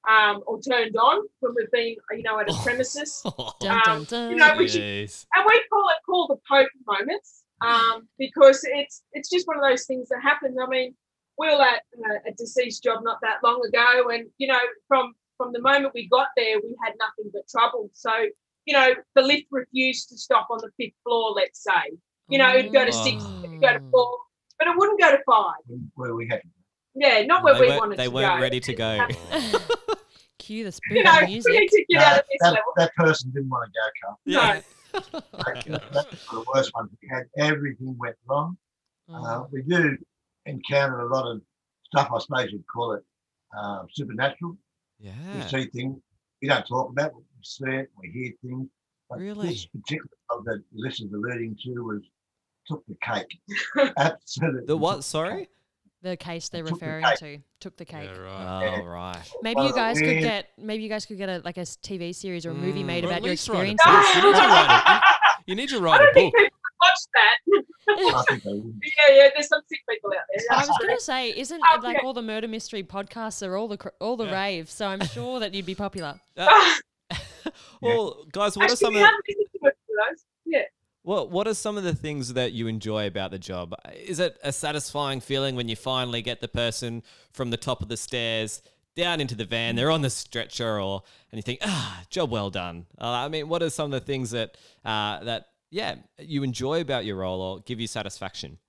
um, or turned on when we've been, you know, at a
Oh.
premises
Dun, dun, dun.
you know, we should-
Jeez.
and we call it call the Pope moments um, because it's it's just one of those things that happens. I mean, we were at uh, a deceased job not that long ago, and you know, from from the moment we got there, we had nothing but trouble. So you know, the lift refused to stop on the fifth floor. Let's say you know, it'd go to six, it'd go
Oh.
to
Mm.
four, but it wouldn't go to five.
Where we had
Yeah, not where
they
we
weren't-
wanted
they
to
weren't
go.
ready to go.
Cue the
You
spooky
know, we
music.
need to get out
that,
of this
that,
level.
that person didn't want to go, Carl.
yeah.
That- that- That's one of the worst ones we had. Everything went wrong. Uh,
Oh.
we do encounter a lot of stuff, I suppose you'd call it uh, supernatural.
Yeah.
We see things we don't talk about, we see it, we hear things. But This
Really?
particular job that Liz is alluding to was took the cake. Absolutely.
The what?
took
Sorry?
cake.
The case they're
Took the
referring
cake.
to took the cake.
Uh, Yeah, right.
Oh, right.
Maybe
One
you
of the
guys could
weird-
get maybe you guys could get a like a s- TV series or a movie
Mm.
made
Or at
about your
least write a
experience.
book.
experiences.
You need to write a- you need to
I
write a
don't
book.
think people would watch that.
I think they would.
Yeah, yeah, there's some sick people out there.
I
that's
was
true.
gonna say, isn't
Oh,
like
yeah.
all the murder mystery podcasts are all the cr- all the
Yeah.
raves, so I'm sure that you'd be popular.
Uh, Well, guys, what are some
Actually,
of
we haven't listened to it for those. Yeah.
what What are some of the things that you enjoy about the job? Is it a satisfying feeling when you finally get the person from the top of the stairs down into the van? They're on the stretcher, or and you think, ah, job well done. Uh, I mean, what are some of the things that uh, that yeah you enjoy about your role or give you satisfaction?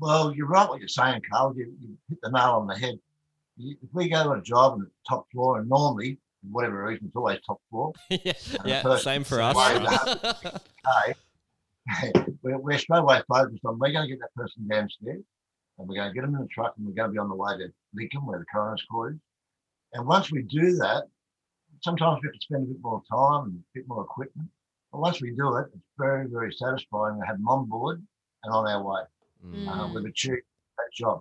Well, you're right what you're saying, Carl. You, you hit the nail on the head. You, if we go to a job on the top floor, and normally, for whatever reason, it's always top floor,
yeah,
And the
yeah,
person
same for
sits
us.
way okay, we're, we're straight away focused on we're going to get that person downstairs and we're going to get them in the truck and we're going to be on the way to Lincoln where the coroner's court is. And once we do that, sometimes we have to spend a bit more time and a bit more equipment. But once we do it, it's very, very satisfying to have them on board and on our way.
Mm.
Uh,
Mm.
we've achieved that job.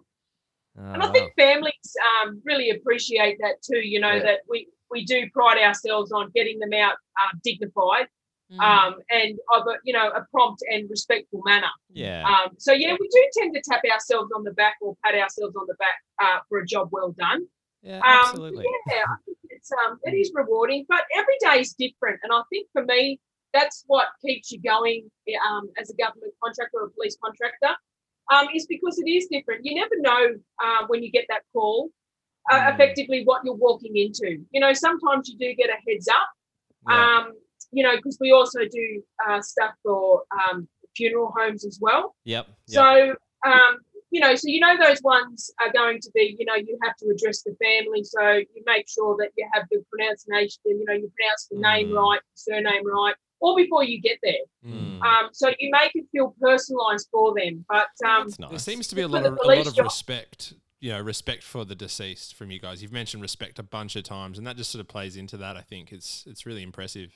Oh,
And I
wow. Ah.
think families um, really appreciate that too, you know,
Yeah.
that we, we do pride ourselves on getting them out uh, dignified
Mm.
Mm.
um, and of a you know a prompt and respectful manner.
Yeah.
Um, so yeah, we do tend to tap ourselves on the back or pat ourselves on the back uh, for a job well done.
Yeah,
Um,
absolutely.
Yeah, I think it's um, it is rewarding, but every day is different, and I think for me, that's what keeps you going um, as a government contractor or a police contractor, um, is because it is different. You never know uh, when you get that call, uh,
Mm.
effectively what you're walking into. You know, sometimes you do get a heads up
Yeah.
um, you know, because we also do uh, stuff for um, funeral homes as well.
Yep. yep.
So, um, you know, so you know those ones are going to be, you know, you have to address the family, so you make sure that you have the pronunciation, you know, you pronounce the name
Mm.
right, surname right, or before you get there.
Hmm.
Mm.
Um, so you make it feel personalised for them, but um,
That's
There
nice.
seems to be a lot
But the
of a lot
police
of
job-
respect, you know, respect for the deceased from you guys. You've mentioned respect a bunch of times, and that just sort of plays into that. I think it's it's really impressive.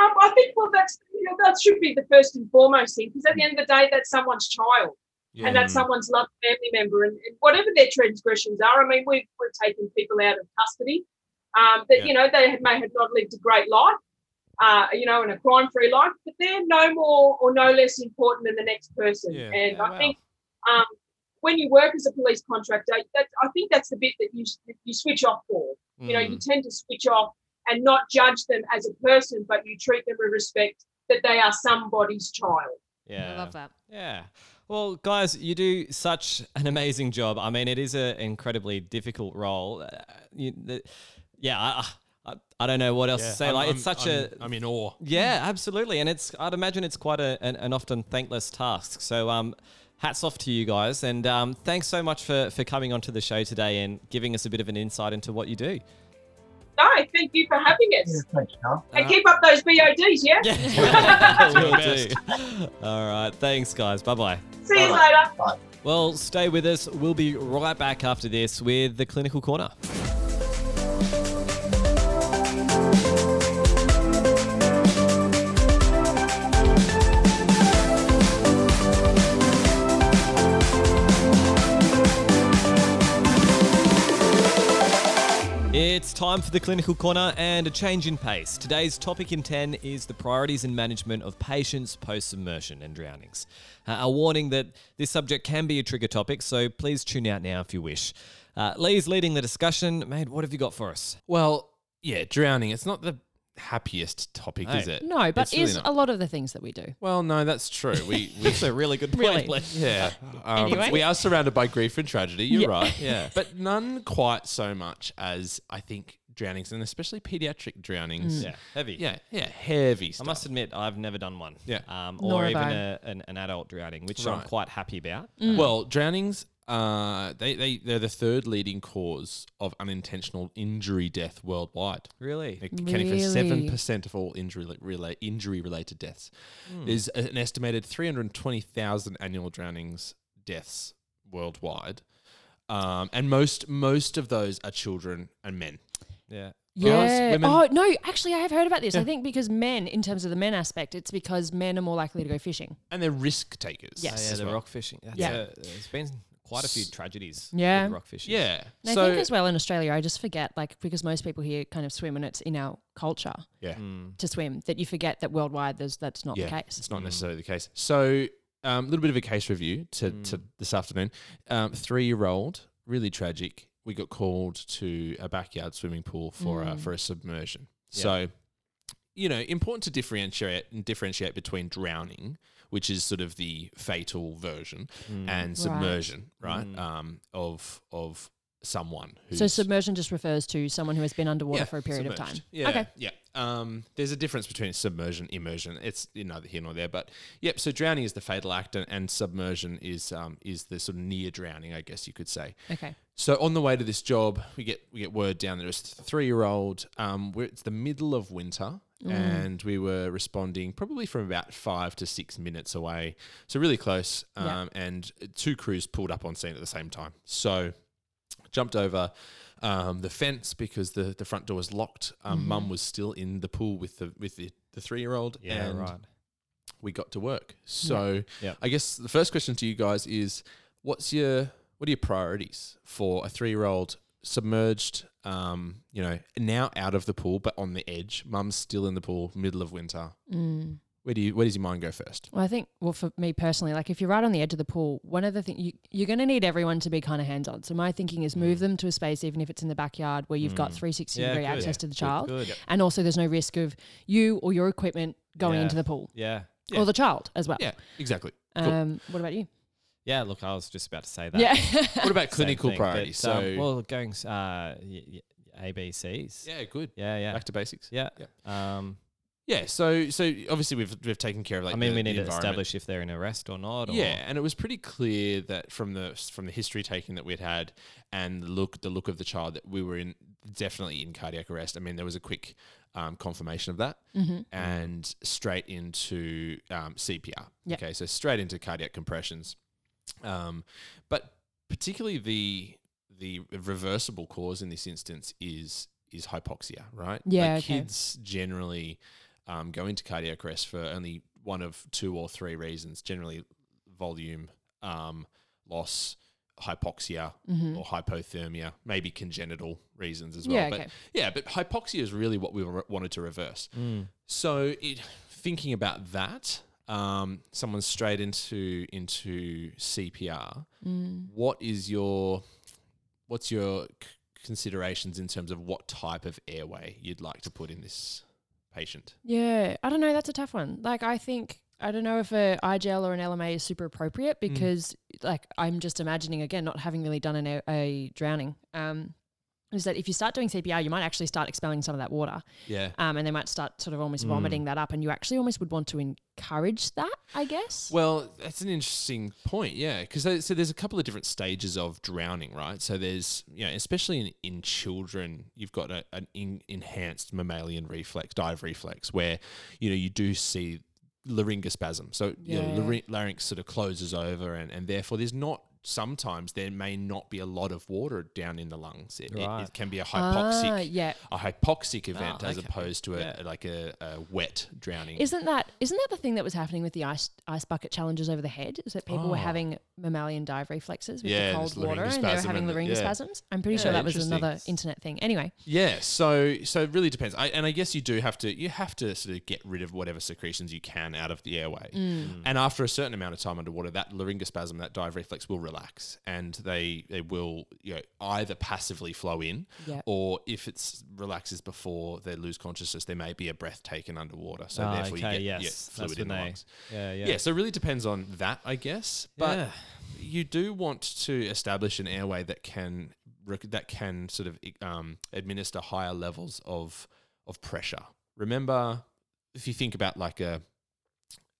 Um, I think well, that's you know, that should be the first and foremost thing because at the end of the day, that's someone's child
Yeah.
and
Mm.
that's someone's loved family member, and, and whatever their transgressions are. I mean, we've we've taken people out of custody um, that
Yeah.
you know they had- may have not lived a great life, uh, you know, and a crime-free life, but they're no more or no less important than the next person.
Yeah.
And
Yeah,
I
wow.
think um, when you work as a police contractor, that, I think that's the bit that you you switch off for you know
Mm,
you
Mm.
tend to switch off and not judge them as a person but you treat them with respect that they are somebody's child
yeah.
I love that.
Yeah. Well, guys, you do such an amazing job. I mean, it is an incredibly difficult role. Uh, you, the, yeah, I, I, I don't know what else
Yeah,
to say.
I'm-
like, it's
I'm-
such
I'm-
a
I'm in awe.
yeah, absolutely, and it's I'd imagine it's quite a, an, an often thankless task. So, um, hats off to you guys, and um, thanks so much for for coming onto the show today and giving us a bit of an insight into what you do.
no thank you for having
Yeah,
us
thanks, Carl.
and keep up those bods yeah,
Yeah,
Do
will
our
do. All right, thanks, guys. Bye bye.
see you
Bye-bye.
later
Well, stay with us. We'll be right back after this with the clinical corner. It's time for the clinical corner and a change in pace. Today's topic in 10 is the priorities and management of patients post submersion and drownings. Uh, a warning that this subject can be a trigger topic, so please tune out now if you wish. Uh, Lee's leading the discussion. Mate, what have you got for us?
Well, yeah, drowning. It's not the happiest topic,
No.
is it?
No, but
It's really
is
not.
a lot of the things that we do.
Well, no, that's true. We, we
That's a really good point,
Really?
Lee.
yeah. Um,
Anyway.
We are surrounded by grief and tragedy. You're
Yeah.
right. Yeah. But none quite so much as I think drownings, and especially pediatric drownings.
Yeah, heavy.
Yeah. Yeah. Heavy
Mm. I
stuff.
must admit, I've never done one.
Yeah.
Um,
Nor
or
have
even
I. Mm.
a, an, an adult drowning, which I'm
Right.
quite happy about.
Well, drownings, uh, they, they, they're the third leading cause of unintentional injury death worldwide.
Really?
accounting for
Really?
seven percent of all injury rela- injury related deaths.
Hmm.
Hmm.
There's an estimated three hundred twenty thousand annual drownings deaths worldwide, um, and most most of those are children and men.
Yeah.
Girls,
Yeah.
women-
Oh no, actually, I have heard about this. I think because men, in terms of the men aspect, it's because men are more likely to go fishing.
And they're risk takers.
Oh,
Yes.
yeah,
as
the
well.
rock fishing. That's
Yeah.
a- there's been quite a few tragedies
Yeah.
with rock fishing.
Yeah.
And I think as well in Australia, I just forget like because most people here kind of swim and it's in our culture
yeah.
Mm.
to swim that you forget that worldwide there's that's not the case.
It's not necessarily the case. So, a little bit of a case review to, to this afternoon. Um, Three year old, really tragic. We got called to a backyard swimming pool for a, for a submersion. So, you know, important to differentiate and differentiate between drowning, which is sort of the fatal version,
Mm.
and submersion, right? Um, of of someone who's
So submersion just refers to someone who has been underwater for a period of
submerged.
time.
Yeah,
Okay.
yeah. Um, there's a difference between submersion, immersion. It's you know, neither here nor there, but yep. So drowning is the fatal act, and, and submersion is um, is the sort of near drowning, I guess you could say.
Okay.
So on the way to this job, we get we get word down that it was three year old. Um, we're, it's the middle of winter,
Mm.
and we were responding probably from about five to six minutes away, so really close.
Yeah.
Um, and two crews pulled up on scene at the same time. So jumped over um, the fence because the, the front door was locked. Um, Mum was still in the pool with the with the, the three year old.
Yeah, right.
We got to work. So
Yeah.
I guess the first question to you guys is, what's your what are your priorities for a three year old submerged, um, you know, now out of the pool, but on the edge. Mum's still in the pool, middle of winter.
Mm.
Where do you, where does your mind go first?
Well, I think, well, for me personally, like if you're right on the edge of the pool, one of the things you, you're going to need everyone to be kind of hands on. So my thinking is move them to a space, even if it's in the backyard where you've got 360
Yeah,
degree
good.
access to the child.
Mm. Good.
And also, there's no risk of you or your equipment going
Yeah.
into the pool
Yeah.
Yeah.
or the child as well.
Yeah, exactly. Cool. uh,
Um, What about you?
Yeah, look, I was just about to say that.
Yeah.
what about
Same
clinical
thing,
priority?
but,
so,
um, well, going s- uh, y- y- ABCs.
yeah, good.
Yeah, yeah,
Back to basics.
yeah. Um,
Yeah. So, so obviously we've we've taken care of like.
I mean,
the-
we
the
need to
environment.
establish if they're in arrest or not. Or,
Yeah, and it was pretty clear that from the from the history taking that we'd had and the look the look of the child that we were in definitely in cardiac arrest. I mean, there was a quick um, confirmation of that,
Mm-hmm, Mm.
and straight into um, CPR.
Yeah.
Okay, so straight into cardiac compressions, um, but particularly the the reversible cause in this instance is is hypoxia, right?
Yeah,
like
okay.
kids generally um, go into cardiac arrest for only one of two or three reasons. Generally, volume um, loss, hypoxia, or hypothermia, maybe congenital reasons as well.
mm-hmm. Mm. Yeah,
but
okay.
yeah, but hypoxia is really what we were- wanted to reverse.
Hmm.
So it, thinking about that, um, someone straight into into CPR.
Mm.
What is your what's your c- considerations in terms of what type of airway you'd like to put in this patient?
Yeah, I don't know. That's a tough one. Like, I think I don't know if a IGL or an LMA is super appropriate
Mm.
because, like, I'm just imagining again, not having really done an, a, a drowning. Um, is that if you start doing CPR, you might actually start expelling some of that water,
Yeah.
um, and they might start sort of
Mm.
almost vomiting that up, and you actually almost would want to encourage that, I guess.
Well, that's an interesting point, yeah. Because so there's a couple of different stages of drowning, right? So there's, you know, especially in, in children, you've got a, an in, enhanced mammalian reflex, dive reflex, where, you know, you do see laryngospasm. So you know,
Yeah.
laryn- larynx sort of closes over, and, and therefore there's not. Sometimes there may not be a lot of water down in the lungs. It, it- it,
Right.
can be a hypoxic,
Ah, yeah.
a hypoxic event
Ah,
as
okay.
opposed to a
Yeah.
like a, a wet drowning.
Isn't that isn't that the thing that was happening with the ice ice bucket challenges over the head? Is that people were
Oh.
having mammalian dive reflexes with
Yeah,
the cold
there's
water and they were
laryngospasm
having
and the- yeah.
laryngospasms? I'm pretty sure
Yeah,
that was
interesting.
another internet thing. Anyway,
Yeah, so so it really depends, I, and I guess you do have to you have to sort of get rid of whatever secretions you can out of the airway,
Mm.
and after a certain amount of time underwater, that laryngospasm, that dive reflex will relax, and they they will you know either passively flow in,
Yep.
or if it's relaxes before they lose consciousness, there may be a breath taken underwater, so
Ah,
therefore
okay,
you get yeah,
yes, that's
fluid in the
when they-
lungs.
yeah, yeah.
Yeah. so it really depends on that, I guess. But
Yeah.
you do want to establish an airway that can rec- that can sort of um, administer higher levels of of pressure. Remember, if you think about like a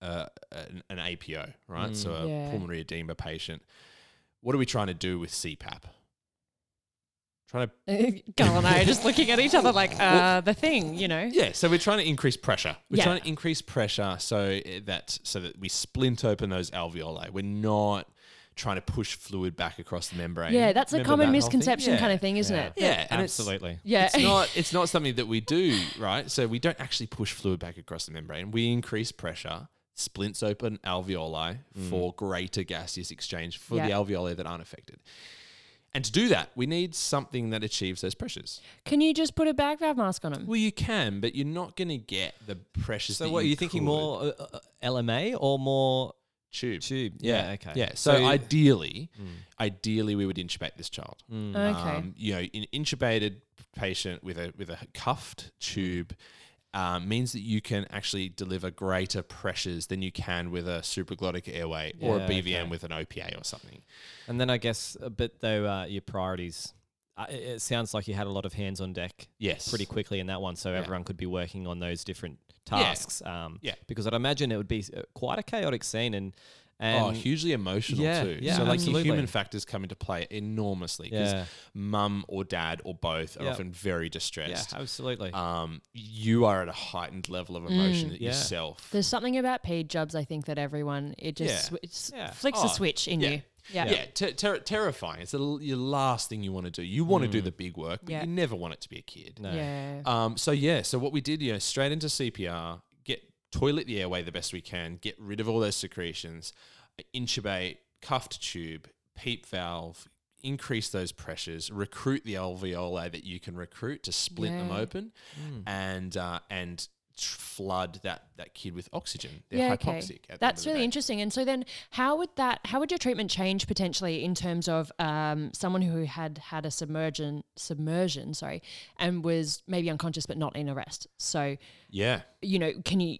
uh, an, an APO, right? So a
Mm. Yeah.
pulmonary edema patient. What are we trying to do with CPAP? Trying to
Carl and I are just looking at each other like, uh, the thing, you know?
Yeah, so we're trying to increase pressure. We're
Yeah.
trying to increase pressure so uh, that so that we splint open those alveoli. We're not trying to push fluid back across the membrane.
Yeah, that's a
Remember
common
that whole thing?
misconception
Yeah.
kind of thing, isn't
Yeah.
it?
Yeah, and it's-
absolutely.
Yeah.
It's not it's not something that we do, right? So we don't actually push fluid back across the membrane. We increase pressure, splints open alveoli for greater gaseous exchange for the
Yeah.
alveoli that aren't affected. And to do that, we need something that achieves those pressures.
Can you just put a bag valve mask on him?
Well, you can, but you're not going to get the pressures.
So,
that
what are
you
you thinking
could.
more uh, uh, LMA or more
tube?
tube? Yeah, okay.
Yeah. So, ideally,
Mm.
ideally we would intubate this child.
Okay.
Um, you know, an intubated patient with a with a cuffed tube um, means that you can actually deliver greater pressures than you can with a supraglottic airway or a
Yeah,
BVM
okay.
with an OPA or something.
and then I guess a bit though uh, your priorities. Uh, it- it sounds like you had a lot of hands on deck
Yes.
pretty quickly in that one, so everyone could be working on those different tasks. Um,
Yeah.
Because I'd imagine it would be uh, quite a chaotic scene and and
oh, hugely emotional
Yeah,
too.
yeah,
so like
absolutely.
your human factors come into play enormously because
Yeah.
mum or dad or both are
Yeah.
often very
yeah,
distressed.
absolutely.
um, you are at a heightened level of emotion
yeah.
yourself.
There's something about paid jobs, I think, that everyone, it just
Yeah.
swi- s-
Yeah.
flicks
Oh,
a switch in
yeah.
you.
yeah, ter- ter- terrifying. It's the l- your last thing you want to do. You want to do the big work, but
Mm. Yeah.
you never want it to be a kid.
No.
Yeah.
Um, so yeah, so what we did, you know, straight into CPR, get toilet the airway the best we can, get rid of all those secretions, intubate, cuffed tube, peep valve, increase those pressures, recruit the alveoli that you can recruit to split them
Yeah.
open,
Hmm.
and uh, and tr- flood that that kid with oxygen. They're
Yeah, okay.
hypoxic. at the end of
That's
the
really
day.
interesting. And so then, how would that? How would your treatment change potentially in terms of um, someone who had had a submersion, submersion, sorry, and was maybe unconscious but not in arrest? So
Yeah.
you know, can you?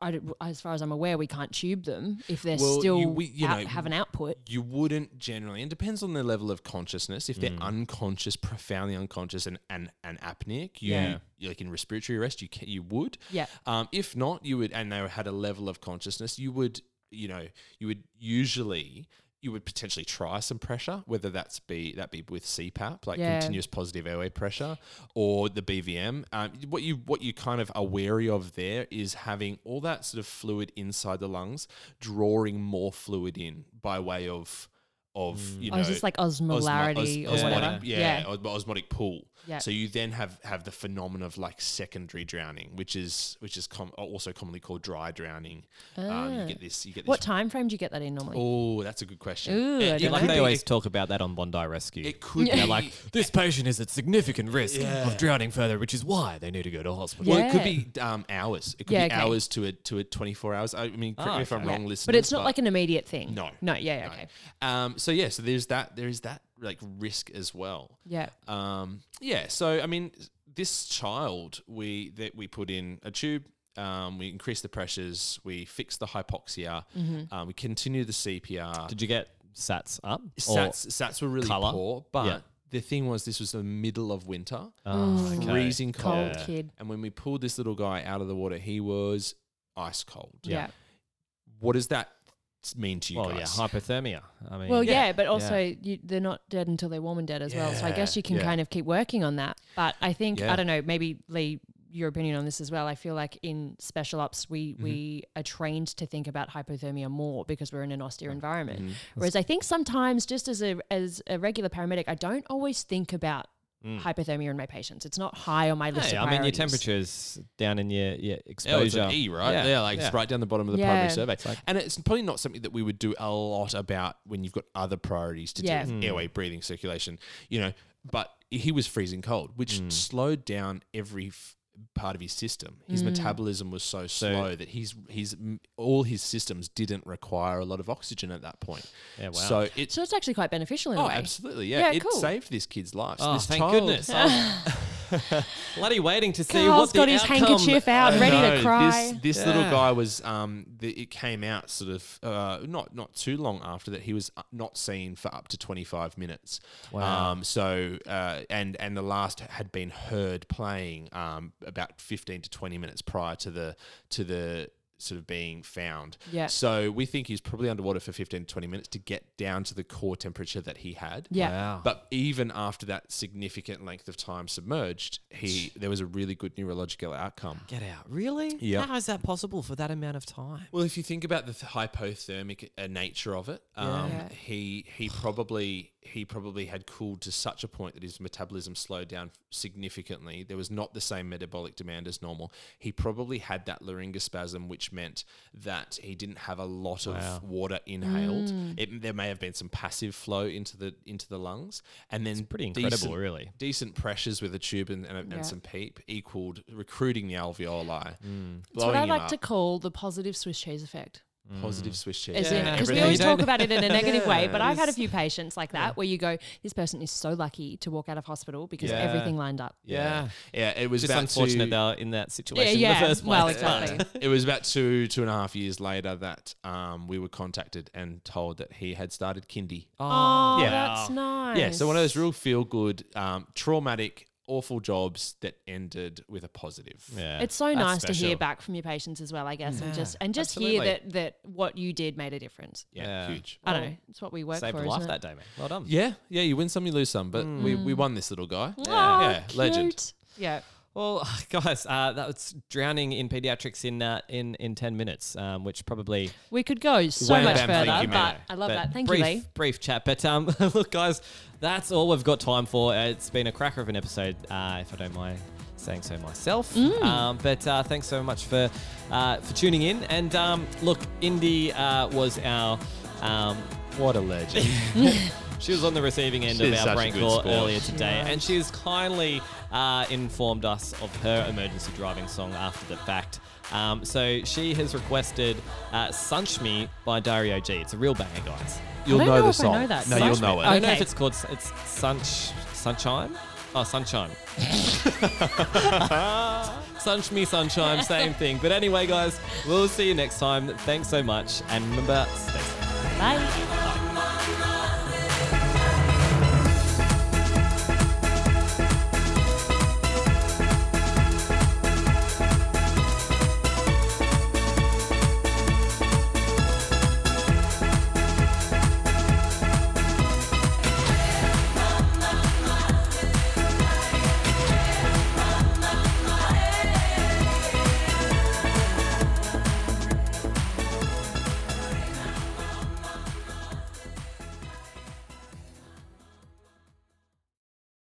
I don't- as far as I'm aware, we can't tube them if they're
Well, you-
still
we- you
out-
know,
have an output.
You wouldn't generally, and it depends on their level of consciousness. If they're unconscious, profoundly unconscious, and and, and apneic, you,
Yeah.
you- like in respiratory arrest, you can, you would.
Yeah.
Um, if not, you would, and they had a level of consciousness, you would, you know, you would usually. You would potentially try some pressure, whether that's be that be with CPAP, like
Yeah.
continuous positive airway pressure, or the BVM. Um, what you what you kind of are wary of there is having all that sort of fluid inside the lungs, drawing more fluid in by way of of
Mm.
you know
oh, is this like
osmo-
osmolarity
os-
or whatever?
osmotic, yeah, os- osmotic pool.
Yeah.
So you then have have the phenomenon of like secondary drowning, which is which is com- also commonly called dry drowning. Um,
Ah.
you get this. You get this.
What time frame do you get that in normally?
Oh, that's a good question.
Ooh, I
Yeah,
don't
like
know.
they
be-
always
it-
talk about that on Bondi Rescue.
It could
Yeah.
be
They're like, this patient is at significant risk
Yeah.
of drowning further, which is why they need to go to hospital.
Well, it could
Yeah.
be um, hours. It could
Yeah,
be
okay.
hours to a to a twenty four hours. I mean, correct
Ah,
me if I'm
okay.
wrong,
but
listeners.
it's not like an immediate thing.
No.
No. Yeah.
no.
Okay.
Um, so yeah, so there's that. There is that like risk as well.
Yeah.
Um, yeah. So I mean, this child we that we put in a tube. Um, we increase the pressures. We fix the hypoxia.
mm-hmm.
Um, we continue the CPR.
Did you get sats up? Or-
Sats, sats were really
colour?
poor, but
Yeah.
the thing was, this was the middle of winter,
Oh, okay.
freezing
Cold
cold,
kid.
and when we pulled this little guy out of the water, he was ice cold.
Yeah.
What does that mean to you
Well, yeah,
guys?
hypothermia. I mean,
Well, yeah, but
Yeah.
also You, they're not dead until they're warm and dead as well. So I guess
Yeah,
you can
yeah.
kind of keep working on that. But I think
Yeah.
I don't know. Maybe Lee, your opinion on this as well. I feel like in special ops, we we are trained to think about hypothermia more because we're in an austere environment.
Mm-hmm.
Whereas I think sometimes, just as a as a regular paramedic, I don't always think about hypothermia in my patients. It's not high on my list.
Hey,
of
I mean, your
priorities.
temperature's down in your, your
Oh, it's
exposure.
an E, right? Yeah, like it's right down the bottom of the
Yeah.
primary survey.
like-
and it's probably not something that we would do a lot about when you've got other priorities to
Yeah.
do
Hmm.
with airway, breathing, circulation, you know. But he was freezing cold, which
Hmm.
slowed down every f- part of his system.
Hmm.
His metabolism was so, slow that he's he's m- all his systems didn't require a lot of oxygen at that point.
Yeah, wow.
So it
So it's actually quite beneficial in a
oh
way.
absolutely yeah,
Yeah,
it
cool.
saved this kid's life. So
Oh,
this
thank
child-
goodness. I was bloody waiting to see
Carl's
what the
got his
outcome-
handkerchief out,
I
ready
know.
to
No,
cry.
This, this little
Yeah.
guy was um, the, it came out sort of uh, not not too long after that he was uh, not seen for up to twenty five minutes.
Wow.
Um, so uh, and and the last had been heard playing um, about fifteen to twenty minutes prior to the to the sort of being found.
Yeah.
So we think he's probably underwater for 15 to 20 minutes to get down to the core temperature that he had.
Yeah.
Wow.
But even after that significant length of time submerged, he there was a really good neurological outcome.
Get out. Really?
Yeah.
How is that possible for that amount of time?
Well, if you think about the th- hypothermic uh, nature of it, um,
Yeah.
he he probably he probably had cooled to such a point that his metabolism slowed down significantly. There was not the same metabolic demand as normal. He probably had that laryngospasm, which meant that he didn't have a lot of water inhaled.
Mm.
It, there may have been some passive flow into the into the lungs, and then
Pretty incredible,
decent-
really.
Decent pressures with a tube and, and, a- and
Yeah.
some peep equaled recruiting the alveoli,
It's what
blowing
I
him
like
up,
to call the positive Swiss cheese effect.
positive Swiss cheese.
As
Yeah.
in, because we
Everything.
always
You don't-
talk about it in a negative way,
Yeah,
but
it
I've had a
is.
few patients like that where you go, this person is so lucky to walk out of hospital because
Yeah.
everything lined up.
Yeah.
Yeah, it was
Just
about
unfortunate
two,
they were in that situation in
yeah,
the first place.
well, exactly.
It was about two two and a half years later that um, we were contacted and told that he had started kindy.
Oh,
Yeah.
that's nice.
Yeah, so one of those real feel good, um, traumatic, awful jobs that ended with a positive.
Yeah.
It's so
That's
nice to hear
special.
back from your patients as well, I guess, and just and just hear
absolutely.
that that what you did made a difference.
Yeah.
yeah, huge.
I don't know. It's what we work
Saved
for.
a life
isn't
that
it?
day, man. Well done.
Yeah, yeah, you win some, you lose some, but we, we won this little guy.
Mm. Oh,
yeah, legend.
cute. Yeah.
Well, guys, uh, that was drowning in pediatrics in uh, in in ten minutes, um, which probably
We could go so
Wham,
much
bam, thank
further,
you,
but
mate.
I love
but
that. Thank
brief,
you, Lee.
Brief chat, but um, look, guys, that's all we've got time for. Uh, it's been a cracker of an episode, uh, if I don't mind saying so myself.
Mm.
Um, but uh, thanks so much for uh, for tuning in. And um, look, Indy uh, was our um,
What a legend.
She was on the receiving end
She's
of our
such a
prank
good
call
sport.
earlier today, and she's kindly uh, informed us of her emergency driving song after the fact. Um, so she has requested uh, Sunch Me by Dario G. It's a real banger, guys.
You'll
I don't
know,
know
the
if I
song.
know that
No,
song.
you'll know it.
I don't know if
Okay.
it's called it's Sunch Sunshine. Oh, Sunshine. Sunch me, sunshine, same thing. But anyway, guys, we'll see you next time. Thanks so much, and remember, stay safe.
Bye.